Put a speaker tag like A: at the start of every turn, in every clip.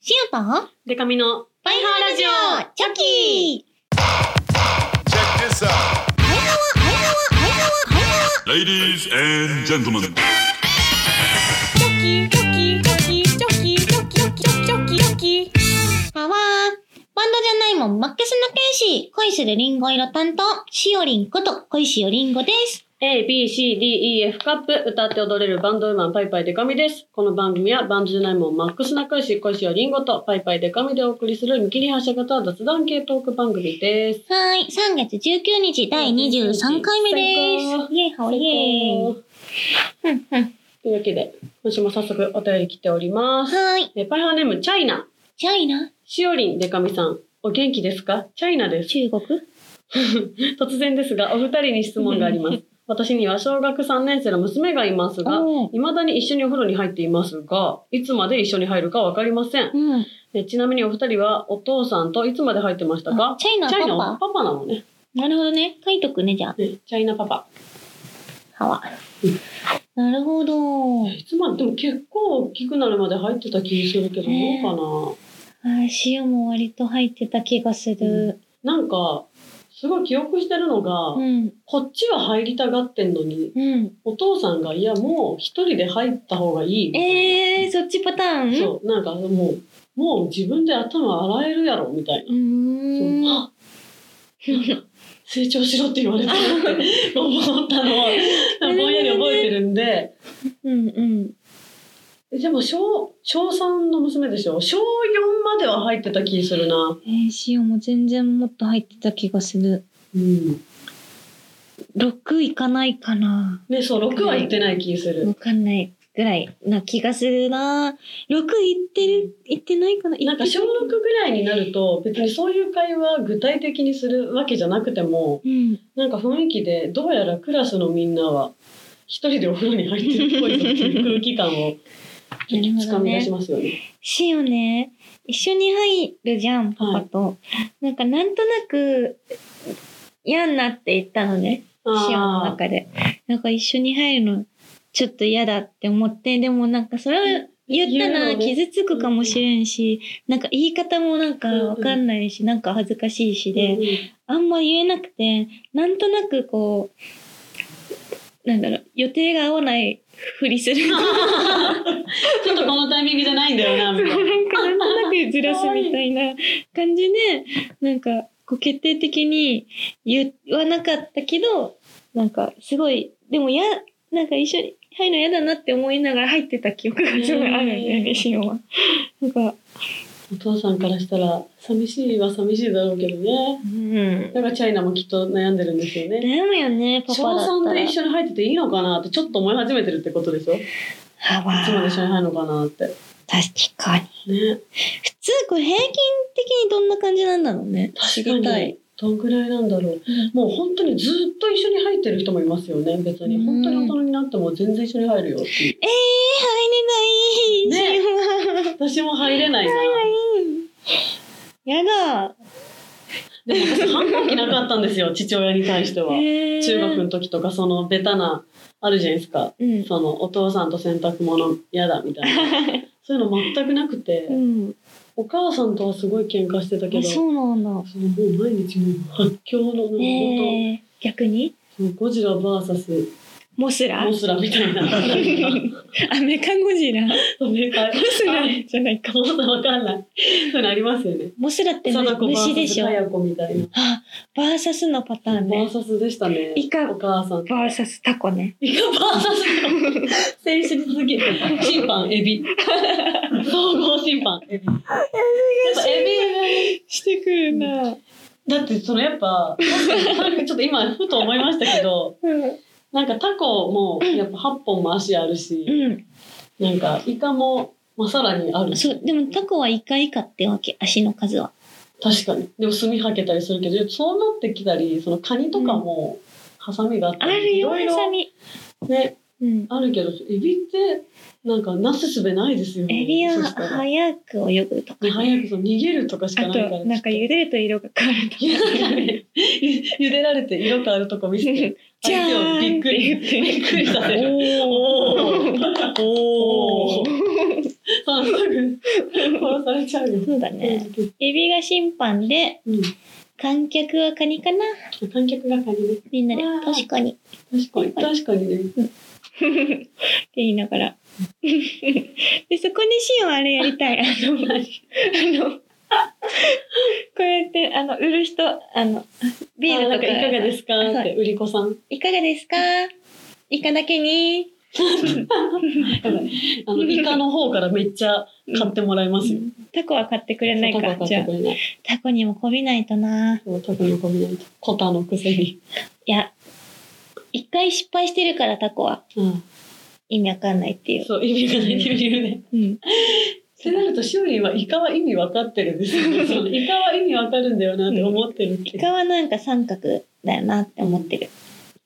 A: シアンと
B: デカミのバイハーラジオ
A: チョキ
C: Check this
A: あい
C: out.
A: はあいはあいは
C: Ladies and gentlemen.
A: チョキチョキチョキチョキチョキチョキチョキチョキパワーバンドじゃないもんマックスの剣士恋するリンゴ色担当しおりんこと恋しおりんごです
B: A, B, C, D, E, F カップ歌って踊れるバンドウーマンパイパイデカミです。この番組はバンドじゃないもんマックス仲良し恋しよりんごとパイパイデカミでお送りする見切り発車型雑談系トーク番組です。
A: はーい3月19日第23回目で
B: 最
A: すイエイハオイエイ
B: 最高
A: うんうん
B: というわけで、今週も早速お便り来ております。
A: はーい
B: えパイハーネームチャイナ。
A: チャイナ
B: しおりんデカミさん。お元気ですかチャイナです。
A: 中国
B: 突然ですが、お二人に質問があり ます。私には小学3年生の娘がいますが、
A: おー
B: いまだに一緒にお風呂に入っていますが、いつまで一緒に入るかわかりません。
A: うん
B: えちなみにお二人はお父さんといつまで入ってましたか
A: チャイナ
B: チャイナ
A: パ
B: パパなのね。
A: なるほどね書いとくねじゃあ
B: ねチャイナパパ。
A: 歯はなるほど
B: いつまで、でも結構大きくなるまで入ってた気するけど、
A: ね
B: どう
A: あー塩も割と入ってた気がする。
B: かな。なんか、すごい記憶してるのが、
A: うん。
B: こっちは入りたがってんのに、
A: うん。
B: お父さんが、いや、もう一人で入った方がいいみたいな。
A: えー、そっちパターン
B: そう、なんかもう、もう自分で頭洗えるやろ、みたいな。
A: う
B: そう
A: ーん。
B: あ成長しろって言われたなって思ったのを、ぼんやり覚えてるんで。
A: うんうん。
B: でも小、小3の娘でしょ小4までは入ってた気するな。
A: えー、塩も全然もっと入ってた気がする。
B: うん。
A: 6いかないかな。
B: ね、そう、6は行ってない気する。
A: わかんないぐらいな気がするな。6いってる、いってないかな。
B: なんか小6ぐらいになると、別にそういう会話具体的にするわけじゃなくても、
A: うん。
B: なんか雰囲気で、どうやらクラスのみんなは、一人でお風呂に入ってるっぽいぞっていう空気感を
A: なるほどね
B: つかみ出しますよね。
A: しおね、一緒に入るじゃん、パパと。なんかなんとなく、嫌になっていったのね。シオの
B: ああ
A: 中で。なんか一緒に入るのちょっと嫌だって思って、でもなんかそれを言った
B: 言う
A: ら
B: のね
A: 傷つくかもしれんし、なんか言い方もなんかわかんないし、なんか恥ずかしいし
B: うん
A: で、あんま言えなくて、なんとなくこう、なんだろう、予定が合わないふりする。なんか
B: ちょっとこのタイミングじゃないんだよな、みたいな。
A: なんとなくずらすみたいな感じで、なんかこう決定的に言わなかったけど、なんかすごい、でもや、なんか一緒に入るの嫌だなって思いながら入ってた記憶がすごいあるんだよね、シオンは。なんか、
B: お父さんからしたら、寂しいは寂しいだろうけどね。
A: うん。
B: だからチャイナもきっと悩んでるんですよね。
A: 悩むよね、パ
B: 小
A: パだった
B: 3
A: ら。
B: で一緒に入ってていいのかなってちょっと思い始めてるってことでしょい
A: あわ
B: つまで一緒に
A: ー
B: 入るのかなって。
A: 確かに。普
B: ね。
A: 通、これ平均的にどんな感じなんだろうね。知りたい。。
B: どんぐらいなんだろう。もう本当にずっと一緒に入ってる人もいますよね、別に。本当に大人になっても全然一緒に入るよっていう。
A: えー、入れない、
B: ね
A: シオンは。
B: 私も入れないな。
A: やだ。
B: でも私反抗期なかったんですよ、父親に対しては。中
A: 中
B: 学の時とかそのベタなあるじゃないですか
A: うん。
B: そのお父さんと洗濯物嫌だみたいなそういうの全くなくて、
A: うん。
B: お母さんとはすごい喧嘩してたけ
A: あ
B: ど
A: そ
B: そう
A: なんだ。
B: のもう毎日もう発狂のも
A: えー、逆に
B: と、ゴジラ VS
A: モスラ
B: モスラみたいななんか
A: アメカゴジラモ
B: それか
A: スラじゃないか。
B: そうだわかんないそういうのありますよね
A: モスラって
B: 貞子
A: 虫で
B: VS
A: しょ
B: かや子みたいな
A: あ、バーサスのパターンね。
B: VS でしたね
A: イカ
B: お母さん
A: バーサスタコね。
B: イカ VS 選手に続き審判エビ総合審判エビやっぱエビが
A: してくるな。
B: だってそのやっぱなんかちょっと今ふと思いましたけど
A: うん。
B: なんかタコもやっぱ8本も足あるし、なんかイカも、まあ、さらにあ
A: うん。
B: るし
A: そう、でもタコはイカイカってわけ、足の数は。
B: 確かにでも墨はけたりするけどそうなってきたりそのカニとかもハサミがあった
A: あ
B: り、
A: るよ、
B: いろい
A: ハ
B: ろ
A: サミ。
B: ね
A: うん。
B: あるけどエビってなんかなすすべないですよね
A: エビは
B: そしたら
A: 早く泳ぐとか
B: ね
A: ね。
B: 早くその逃げるとかしかないから
A: 茹でると色が変わると
B: いやなんかねゆゆでられて色変わるとこ見せて
A: じゃ
B: 相手
A: ーん
B: をびっくり
A: って言って
B: びっくりさせるおお
A: お
B: お
A: ー
B: ーそうすぐ殺されちゃうよ。
A: そうだね。エビが審判で、
B: うん。
A: 観客はカニかな
B: 観客が借りる。
A: みんなで
B: あー、
A: 確かに。っ
B: 確かに。確かにね。
A: て言いなが ら。で、そこにシーンはあれやりたい。あの、あの、こうやって、あの、売る人、あの、ビール
B: あ
A: とか。
B: なんかいかがですすかって、売り子さん。
A: いかがですかイカだけに。
B: やばいあの、イカの方からめっちゃ買ってもらいますよ。
A: タコは買ってくれない
B: タコ買
A: か。
B: っ
A: じゃ
B: て
A: あ
B: く、れない。
A: タコにもこびないとな。
B: そう、タコの込みないと。コタのくせに。
A: いや、一回失敗してるからタコは
B: うん。
A: 意味わかんないっていう。
B: そう、意味がないっていう理由で。
A: うん。
B: ってなると、しおりんはイカは意味わかってるんですよね。そうイカは意味わかるんだよなって思ってるけ
A: イ
B: ど
A: カはなんか三角だよなって思ってる。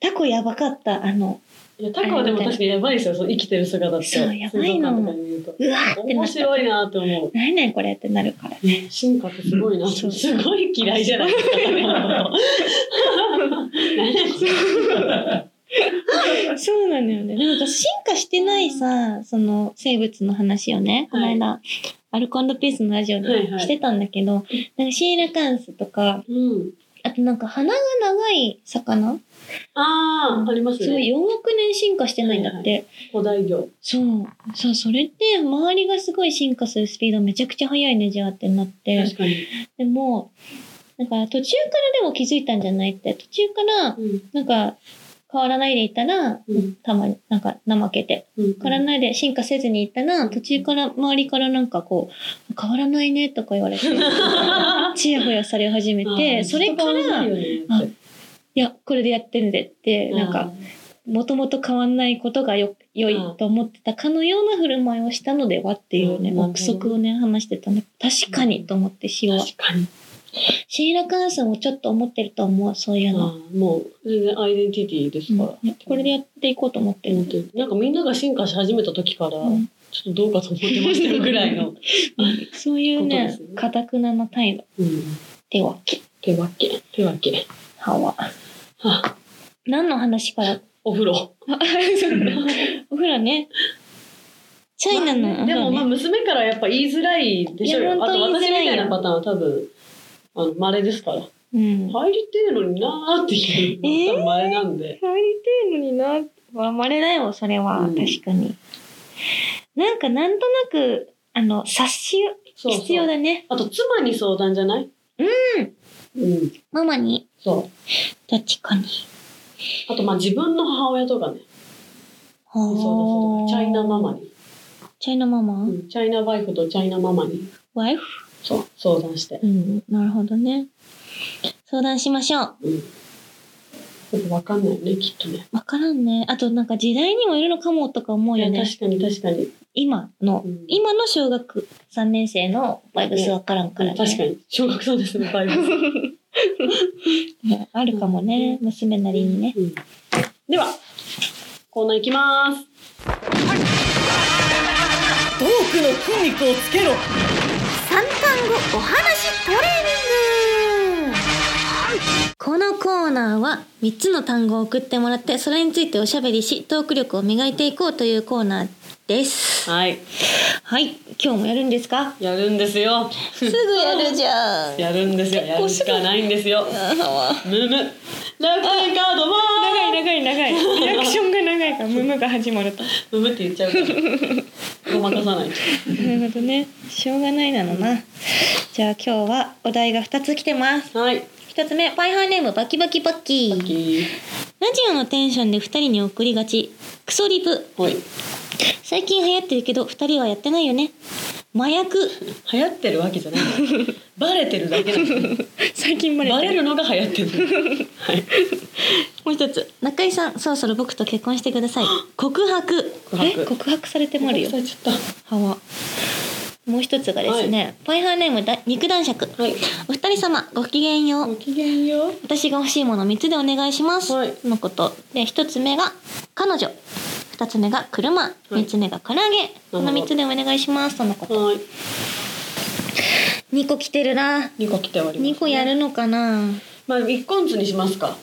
A: タコやばかった。あの、
B: いや、タコはでも確かにやばいですよ。その生きてる姿って。
A: そうやばいの
B: 水族館とかに見ると。
A: うわーってな
B: 面
A: った。
B: 白いなって思う。
A: 何々これってなるから。
B: ね進化ってすごいな。
A: そう
B: すごい嫌いじゃないですか。
A: そうなのよね。なんか進化してないさ、その生物の話をね、この間、アルコピースのラジオ
B: はい
A: で
B: はい
A: してたんだけど、なんかシーラカンスとか、
B: うん。
A: あとなんか鼻が長い魚
B: ああ、あります
A: すご
B: ね。
A: い4億年進化してないんだって。
B: 古代魚。
A: そう。そう、それって周りがすごい進化するスピードめちゃくちゃ速いね、じゃあってなって。
B: 確かに。
A: でも、だから途中からでも気づいたんじゃないって。途中から、
B: うん。
A: なんか変わらないでいたら、
B: うん
A: たまになんか怠けて。
B: うん。
A: 変わら ないで進化せずにいったら、途中から周りからなんかこう、変わらないねとか言わ れて、ちやほやされ始め
B: あ
A: て、
B: ー
A: それか
B: ずっと変わ
A: ら、
B: んないいよね
A: あや、これでやってるんでって、なんか、、もともと変わんないことがよ良いと思ってたかのような振る舞いをしたのではっていうね、
B: うん
A: 憶測をね、話してたんだけど、確かにと思って詩は。
B: 確かに。
A: シーラカンスもちょっと思ってると思う、そういう
B: あ
A: の。
B: ーもう、全然アイデンティティですから。
A: うんこれでやっていこうと思ってる。
B: なんかみんなが進化し始めた時から、
A: うん
B: ちょっとどうかと思ってまし たよぐらいの。
A: そういう
B: ことで
A: ね
B: すね、
A: かたくなな態度
B: うん。
A: でわけ。
B: 手分け、手分け。
A: はわ。
B: はあ
A: 何の話 から
B: お風呂。
A: お風呂ね。チャイナの、
B: でもまあ
A: あ、
B: 娘からやっぱ言いづらいでしょう
A: いや
B: よ。あ
A: 本
B: と
A: 当
B: 私
A: 言いづら
B: み
A: いよ
B: たいなパターンは多分、あの、稀ですから。
A: うん。
B: 入りてえのになーっていうのが多分前なんで。
A: 入りてえのになはまれだよそれは、
B: うん
A: 確かになんかなんとなくあの察し
B: そうそう
A: 必要だね
B: あと妻に相談じゃないうん。うん。
A: ママに
B: そ
A: 確かに
B: う。あとまあ自分の母親とかね。
A: そ
B: そうそうそう。チャイナママに。
A: チャイナママ、
B: うんチャイナワイフとチャイナママに。
A: ワイフ
B: そう。相談して。
A: うんなるほどね相談しましょう
B: うん。でもわかんないよね、きっとね。
A: わからんねあとなんか時代にもよるのかもとか思う
B: い
A: よ
B: や、
A: ね
B: 確かに確かに。
A: 今の、
B: うん
A: 今の小学3年生のバイブスわからんからね
B: 確かに。小学生 ですね、バイブス。
A: ねあるかもね、娘なりにね
B: うんでは、コーナーいきます。多くの筋肉をつけろ
A: 三単語お話トレーニングこのコーナーは3つの単語を送ってもらってそれについておしゃべりしトーク力を磨いていこうというコーナーです
B: はい。
A: はい今日もやるんですか
B: やるんですよ。
A: すぐやるじゃん
B: やるんですよ。やるしかないんですよ。ムム。楽天カードも
A: 長い長い長いリアクションが長い からムムが始まると
B: ムムって言っちゃうから。ごまかさない。
A: なるほどねしょうがないなのなじゃあ今日はお題が2つ来てます
B: はい。
A: 1つ目パイハーネームバキバキバッキーラジオのテンションで2人に送りがちクソリプ
B: はい。
A: 最近流行ってるけど2人はやってないよね麻薬
B: 流行ってるわけじゃない。 バレてるだけなんですね。
A: 最近バ
B: バレるのが流行ってる。はい。
A: もう一つ中井さんそろそろ僕と結婚してください告白
B: 告白
A: え告白されてもあるよ
B: 忘れちゃっ
A: はわもう一つがですね、パイハーネームだ肉男爵
B: た。はい。
A: お二人様ごきげんよう、
B: ごきげんよう。
A: 私が欲しいもの3つでお願いします、
B: はい
A: のことで一つ目が彼女二つ目が車、三つ目が唐揚げこの三つでお願いしますとのこと
B: はい。
A: 二個来てるな
B: 二個来て終わります、
A: 二個やるのかな
B: まあ一個ずつにしますか。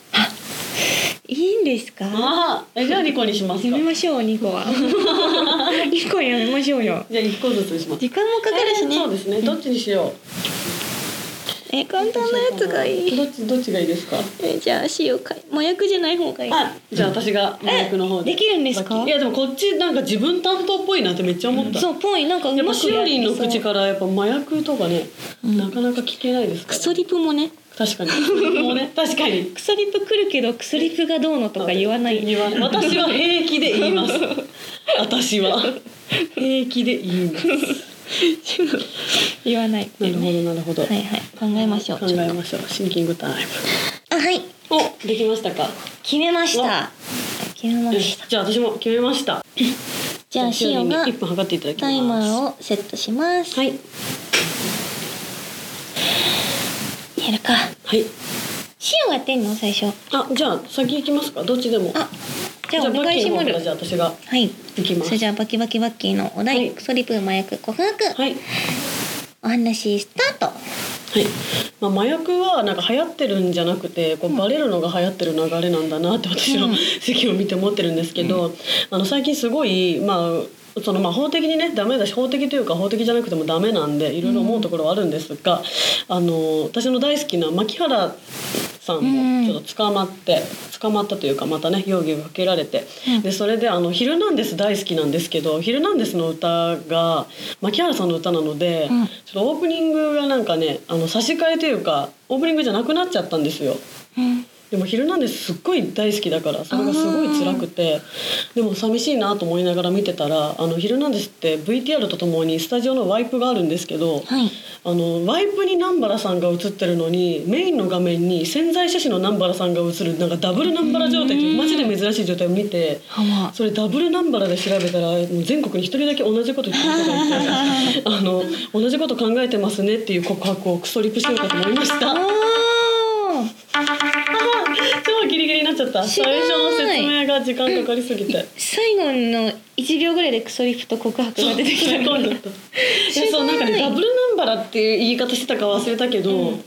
A: いいんですかや
B: ああ、えじゃあ2個にしますか。
A: め
B: じゃ
A: ましょう2個は 2個やめましょうよ
B: あ1個ずつにします。
A: 時間もかかるしね
B: えーそうですね。どっちにしよ
A: え簡
B: う。
A: 単なやつがいい
B: どっちどっちがいいですか。
A: えじゃあ塩かい麻薬じゃない方がいい
B: あ、じゃあ私が麻薬の方で。
A: できるんですか
B: いやでもこっちなんか自分担当っぽいなってめっちゃ思った。
A: そうぽいなんかう
B: やっ
A: ま
B: ぱ
A: く
B: し
A: や
B: お
A: って
B: りんの口
A: そう
B: からやっぱ麻薬とかね、
A: うん
B: なかなか聞けないです
A: ク
B: から。
A: ソリプもね
B: 確かに。もうね、確かに。
A: クソリプ来るけどクソリプがどうのとか言わない
B: 言わない私は平気で言い ます。私は平気で言 います。
A: 言わないって
B: ないる
A: う
B: ほ
A: ね
B: どなるほど。
A: はいはい考えましょう
B: 考えましょう。シンキングタイム。
A: あはい
B: お、できましたか。
A: 決めました決めま
B: よ
A: し
B: したじゃあ私も決めました。
A: じゃあ
B: しおり
A: 塩
B: んに
A: が
B: 一分測っていただきます。
A: タイマーをセットします
B: はい
A: やるか
B: はい。
A: 塩がやってんの最初
B: あ、じゃあ先行きますか。どっちでも。
A: あじゃあお願いしま
B: バッキーの方から
A: る
B: じゃあ私が
A: はい
B: 行きま
A: そ
B: す
A: れ。じゃあバキバキバッキーのお
B: は
A: 題
B: い
A: クソリプ麻薬告白
B: はい。
A: お話スタート
B: はい、まあ、麻薬はなんか流行ってるんじゃなくてこうバレるのが流行ってる流れなんだなって私
A: う
B: の
A: ん
B: 席を見て思ってるんですけど、あの最近すごい、まあ、そのまあ法的にねダメだし法的というか法的じゃなくてもダメなんでいろいろ思うところはあるんですが、あの私の大好きな牧原さんもちょっと捕まって、捕まったというかまたね容疑をかけられて、
A: うん
B: でそれであの「ヒルナンデス」大好きなんですけど「ヒルナンデス」の歌が牧原さんの歌なので。
A: うん
B: ちょっとオープニングがなんかねあの差し替えというかオープニングじゃなくなっちゃったんですよ
A: うん
B: でも「ヒルナンデス」すっごい大好きだからそれがすごい辛くてでも寂しいなと思いながら見てたら「あのヒルナンデス」って VTR とともにスタジオのワイプがあるんですけど
A: はい
B: あのワイプに南原さんが映ってるのにメインの画面に潜在写真の南原さんが映るなんかダブル南原状態っていうマジで珍しい状態を見て。
A: はま
B: それダブルナンバラで調べたらもう全国に一人だけ同じこと言ってる人がいてあの同じこと考えてますねっていう告白をクソリプしようかと思いました
A: お
B: 超ギリギリになっちゃった
A: すご
B: 最
A: い
B: 初の説明が時間かかりすぎて、
A: 最後の1秒ぐらいでクソリプと告白が出てきた
B: すごいなったいやそうなんかねダブルナンバラっていう言い方してたか忘れたけど、
A: うん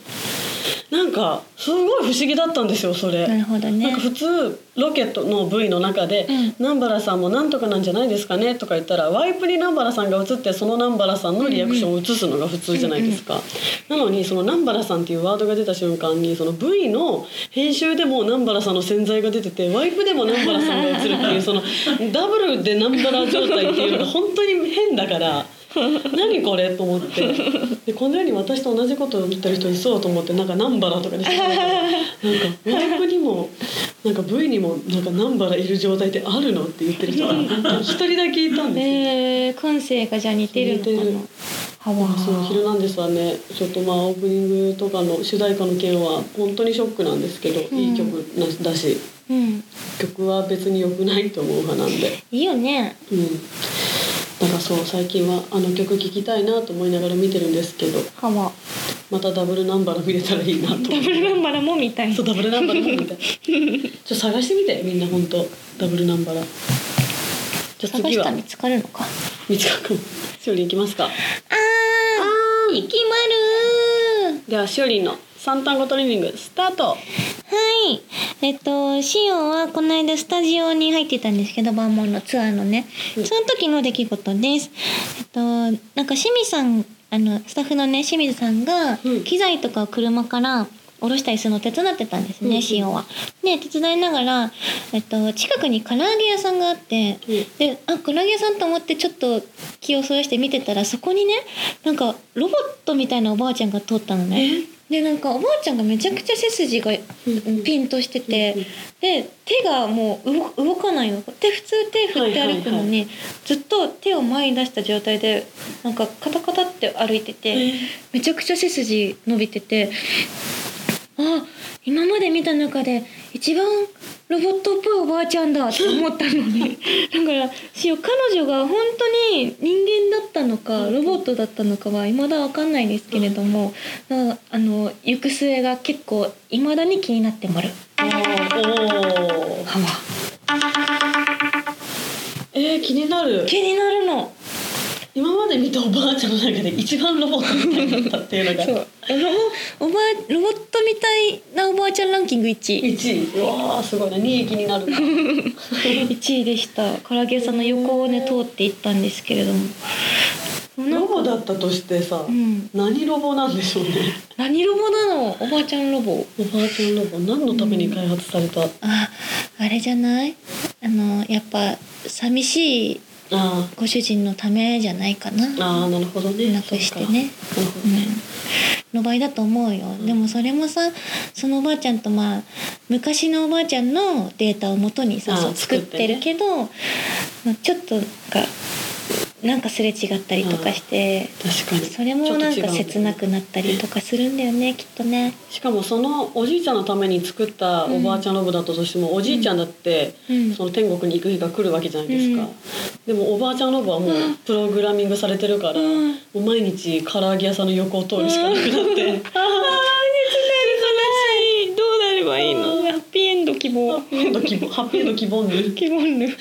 B: なんかすごい不思議だったんですよそ れ
A: なるほどね
B: なんか普通ロケットの部位の中で
A: うん
B: 「南原さんもなんとかなんじゃないですかね」とか言ったらワイプに南原さんが映ってその南原さんのリアクションを映すのが普通じゃないですか。なのにその南原さんっていうワードが出た瞬間にその部位の編集でも南原さんの潜在が出ててワイプでも南原さんが映るっていうそのダブルで南原状態っていうのが本当に変だから。 何これと思ってでこの世に私と同じことを言ってる人いそうと思ってなんか南原とかにしてたんだけどなんかワイプにもなんか V にもなんか南原いる状態ってあるのって言ってる人が一人だけいたんですよ。
A: えー、感性がじゃあ似てる
B: 似て
A: の
B: る
A: かなはわ
B: そう「ヒルナンデス」はねちょっとまあオープニングとかの主題歌の件は本当にショックなんですけど、
A: うん
B: いい曲なだし
A: うん
B: 曲は別に良くないと思う派なんで、
A: いいよね
B: うん、だからそう最近はあの曲聴きたいなと思いながら見てるんですけど
A: は わ
B: またダブルナンバー見れたらいいなと思
A: ダブルナンバラもみたいな
B: そうダブルナンバーも みたいちょっと探してみてみんな本当ダブルナンバーじゃあ
A: 探
B: 次
A: した
B: は
A: ら見つかるのか
B: 見つかるかもしおりん行きますか
A: あーあいきまる
B: ではしおりんの三単語トレーニングスタート
A: はいえっとシオはこの間スタジオに入ってたんですけどバーモンのツアーのねそ
B: うん
A: の時の出来事ですえっとなんか清水さんあのスタッフのね清水さんが
B: うん
A: 機材とかを車から下ろしたりするのを手伝ってたんです
B: うんう
A: ね、
B: ん
A: シオは。で、手伝いながら、えっと、近くに唐揚げ屋さんがあって、
B: うん
A: であ唐揚げ屋さんと思ってちょっと気をそらして見てたらそこにねなんかロボットみたいなおばあちゃんが通ったのねでなんかおばあちゃんがめちゃくちゃ背筋が
B: うん
A: ピンとしてて
B: うん
A: で手がもう動動かないので普通手振って歩くの
B: はい
A: にずっと手を前に出した状態でなんかカタカタって歩いてて。めちゃくちゃ背筋伸びててあ今まで見た中で一番ロボットっぽいおばあちゃんだって思ったの ねだからしお彼女が本当に人間だったのかロボットだったのかは未だ分かんないですけれども、なあの行く末が結構未だに気になってもらう
B: おお
A: かも
B: えー、気になる
A: 気になるの
B: 今まで見たおばあちゃんの中で一番ロボットみたいだったっていうの
A: そ
B: が
A: うロボおばあロボットみたいなおばあちゃんランキング1位
B: 1位うわーすごいな2位気になるな
A: 1位でした唐揚げ屋さんの横をね通っていったんですけれどもなん
B: ロ
A: か
B: ボだったとしてさ、
A: うん
B: 何ロボなんでしょうね
A: 何ロボなのおばあちゃんロボ
B: おばあちゃんロボ何のために開発された、あ
A: ああれじゃないあのやっぱ寂しい
B: あ
A: ご主人のためじゃないかなな
B: ああなるほどね
A: くしてね
B: そうかなるほ
A: う
B: ど
A: ん
B: ね、
A: の場合だと思うよ、
B: ん
A: でもそれもさそのおばあちゃんとまあ昔のおばあちゃんのデータをもとにさ
B: あー
A: そう作ってるけど、まあ、ちょっとなんかなんかすれ違ったりとかして、
B: 確かに
A: それもなんか切なくなったりとかするんだよねきっとね。
B: しかもそのおじいちゃんのために作ったおばあちゃんロボだったとしても、おじいちゃんだって
A: うん
B: その天国に行く日が来るわけじゃないですか、
A: うん
B: でもおばあちゃんロボはもうプログラミングされてるから、
A: うん
B: もう毎日唐揚げ屋さんの横を通るしかなくなって、
A: 悲しいどうなればいいのハッピーエンド希
B: ハッ
A: 望
B: ピーエンド希望ハッピーエンド希望ぬ
A: 希望ぬ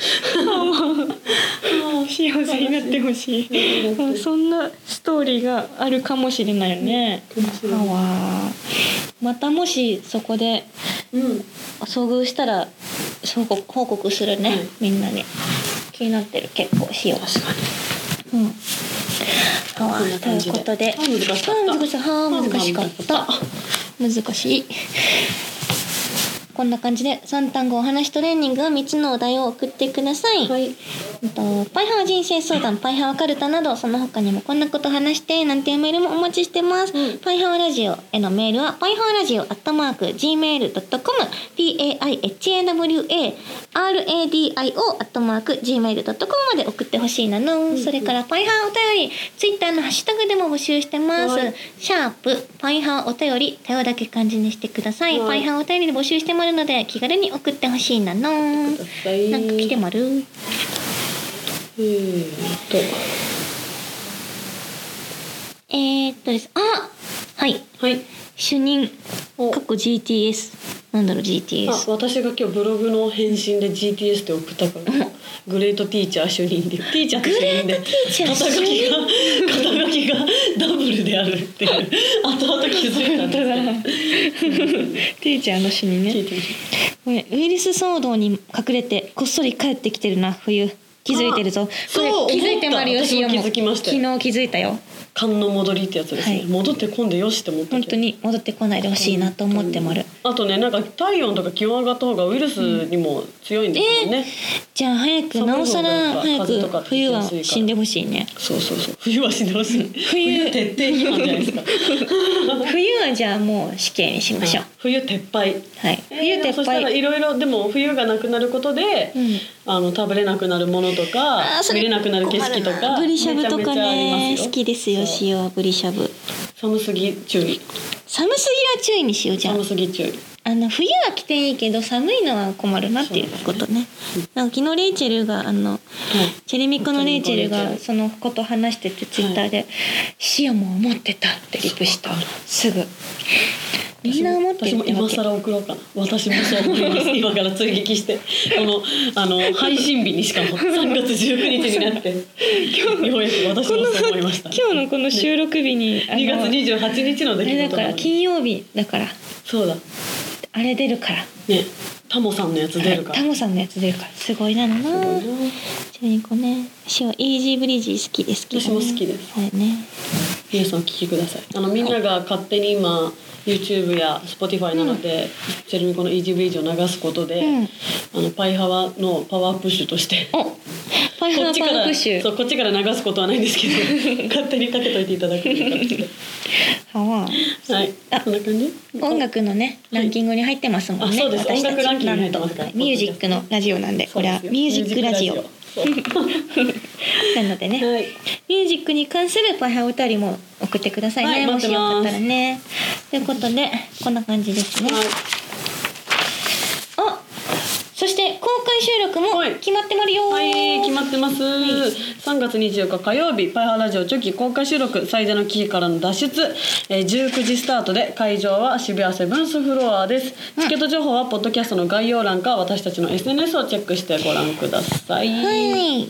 A: 幸せになってほしいあそんなストーリーがあるかもしれないよね。
B: 面白い
A: あわーまたもしそこで
B: うん、
A: 遭遇したら報告報告するね、
B: はい
A: みんなに気になってる結構しよ
B: 確かに
A: う。うん、あわ
B: こんな
A: ーと
B: 感じ
A: いう
B: で
A: ことで
B: あ難しかった
A: あ難しはー難しかった難しい。こんな感じで3単語お話しトレーニングは3つのお題を送ってください。
B: はい
A: えっとパイハワ人生相談、パイハワカルタなど、その他にもこんなこと話して、なんていうメールもお待ちしてます。
B: うん
A: パイハワラジオへのメールは、パイハワラジオアットマーク、gmail.com、p-a-i-h-a-w-a、r-a-d-i-o アットマーク、gmail.com まで送ってほしいなの。それから、パイハワお便り、ツイッターのハッシュタグでも募集してます。
B: はい
A: シャープ、パイハワお便り、たよだけ漢字にしてください。
B: はい
A: パイハワお便りで募集してもらうので、気軽に送ってほしいなの。なん
B: くだ
A: か
B: さい
A: 来てもらう。
B: えー、っ
A: えー、っとです。あはい。
B: とはい
A: 主任。
B: お
A: 過去 GTS。なんだろう、GTS
B: あ。私が今日ブログの返信で GTS って送った からグレートティーチャー主任でティーチャーと主任で
A: グレートティーチャー
B: 肩書
A: 主任
B: きが肩書きがダブルであるっていう 後々気づいたんです
A: ティーチャーの主任
B: けど聞い。てみて
A: ごめんウイルス騒動に隠れて、こっそり帰ってきてるな、冬。気づいてるぞ。
B: そう
A: これ気
B: 思った
A: づいてまるよ、
B: 私も
A: しよも
B: 気づきました
A: 昨
B: よ
A: 日気づいたよ。
B: 勘の戻りってやつですね、
A: はい
B: 戻ってこんでよしって思ったけど
A: 本当に戻ってこないでほしいなと思ってまる。
B: あとねなんか体温とか気温上がった方がウイルスにも強いんですよね、
A: じゃあ早く、
B: 寒い
A: なおさら
B: 方がや
A: 早
B: っぱ風邪と
A: く
B: か
A: 冬は
B: 引きやすいから
A: 死んでほしいね。
B: そうそうそう冬は死んでほしい冬徹底批判じゃないですか
A: 冬はじゃあもう死刑に しましょう。
B: 冬撤廃
A: はい。
B: え
A: 冬
B: ーでもそ
A: 撤
B: したら
A: 廃。
B: いろいろでも冬がなくなることで、
A: うん
B: あの食べれなくなるものとか
A: あーそ
B: 見
A: れ
B: れなくなる景色
A: 困
B: と
A: るな
B: か
A: ブリシャブと
B: めち
A: か
B: ゃめちゃあります
A: ね
B: よ
A: 好きですよ
B: そう
A: しようブリシャブ
B: 寒すぎ注意
A: 寒すぎは注意にしようじゃあ
B: 寒すぎ注意
A: あの冬は着ていいけど寒いのは困るなっていうことねなんか昨日レイチェルがあのチェルミコのレイチェル
B: チェルミコレイチェ
A: が
B: ル
A: そのこと話しててツイッターで「シアも思ってた」ってリプした
B: そうか
A: すぐみんな思ってる
B: 私
A: って
B: も
A: わ
B: 今
A: け
B: 更送ろうかな私もそう思 います今から追撃してこのあの配信日にしかも3月19日になってようやく私
A: こ
B: も
A: の
B: そう思いました
A: 今日のこの収録日にあ
B: 2
A: の
B: 月28日の
A: あ
B: 出来事
A: れだか
B: な
A: ら
B: のに
A: 金曜日だから
B: そうだ
A: あれ出るから
B: ねタモさんのやつ出るか
A: タ
B: ら、
A: モさんのやつ出るからすごいなの
B: すご
A: ない
B: な
A: ちなみにこうね私はイージーブリージー好きで好き
B: 私も好きです
A: はいね
B: 皆さんお聞きくださいあのみんなが勝手に今 YouTube や Spotify などで、チェルミコの EG ブリージを流すことで、
A: うん
B: あのパイハワのパワープッシュとしてこ
A: おパイハ
B: っ
A: ー
B: ち
A: パ
B: か
A: ワー
B: ら
A: プッシ
B: そ
A: ュ
B: うこっちから流すことはないんですけど 勝手にかけといていただくという形で
A: ハワー
B: はい
A: あ
B: こんな感じ
A: 音楽のね
B: は
A: ラ
B: い
A: ンキングに入ってますもんね、
B: あそうです
A: 私たち
B: 音楽ランキングに入ってますから
A: なんとミュージックのラジオなんで
B: そ
A: こ
B: う
A: れ
B: で
A: は
B: すよ
A: ミュージックラジオ
B: そう
A: なのでね、
B: はい
A: ミュージックに関するパイハーお便りも送ってくださいね、
B: はい
A: も
B: 待
A: し
B: っ
A: てよ
B: ます
A: かったらねということでこんな感じですね、
B: はい
A: あそして公回収録も
B: はい
A: 決まってまるよー
B: はい、決まってます。3月24日火曜日、パイハラジオチョキ公開収録、最大の危機からの脱出、えー19時スタートで、会場は渋谷セブンスフロアです。チケット情報は、ポッドキャストの概要欄か、私たちの SNS をチェックしてご覧ください。
A: はい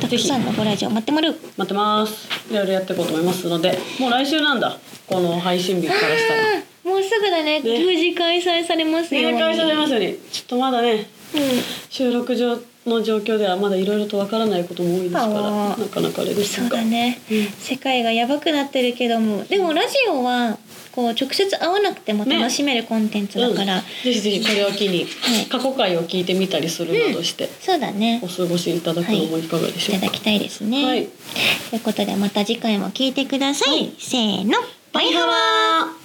A: たくさんのご来場待ってまる
B: 待ってます。いろいろやっていこうと思いますので、もう来週なんだ、この配信日からしたら。
A: あーもうすぐだね
B: ね
A: 無事開催されますよう
B: ね、
A: に
B: 会社出ますよね。ちょっとまだね、
A: う
B: 収録上の状況ではまだいろいろとわからないことも多いですから、
A: あ
B: な
A: ー
B: かなかあれ
A: ん
B: です
A: そう
B: が。
A: だね
B: うん
A: 世界がやばくなってるけどもでもラジオはこう直接会わなくても楽しめるコンテンツだから、
B: うん、ぜひぜひこれを機に
A: はい
B: 過去回を聞いてみたりするなどして
A: そうだね
B: お過ごしいただくのもいかがでし
A: い
B: ょ
A: た
B: うか、
A: だきたいですね、
B: はい
A: ということでまた次回も聞いてください、
B: はい
A: せーの
B: バイハワー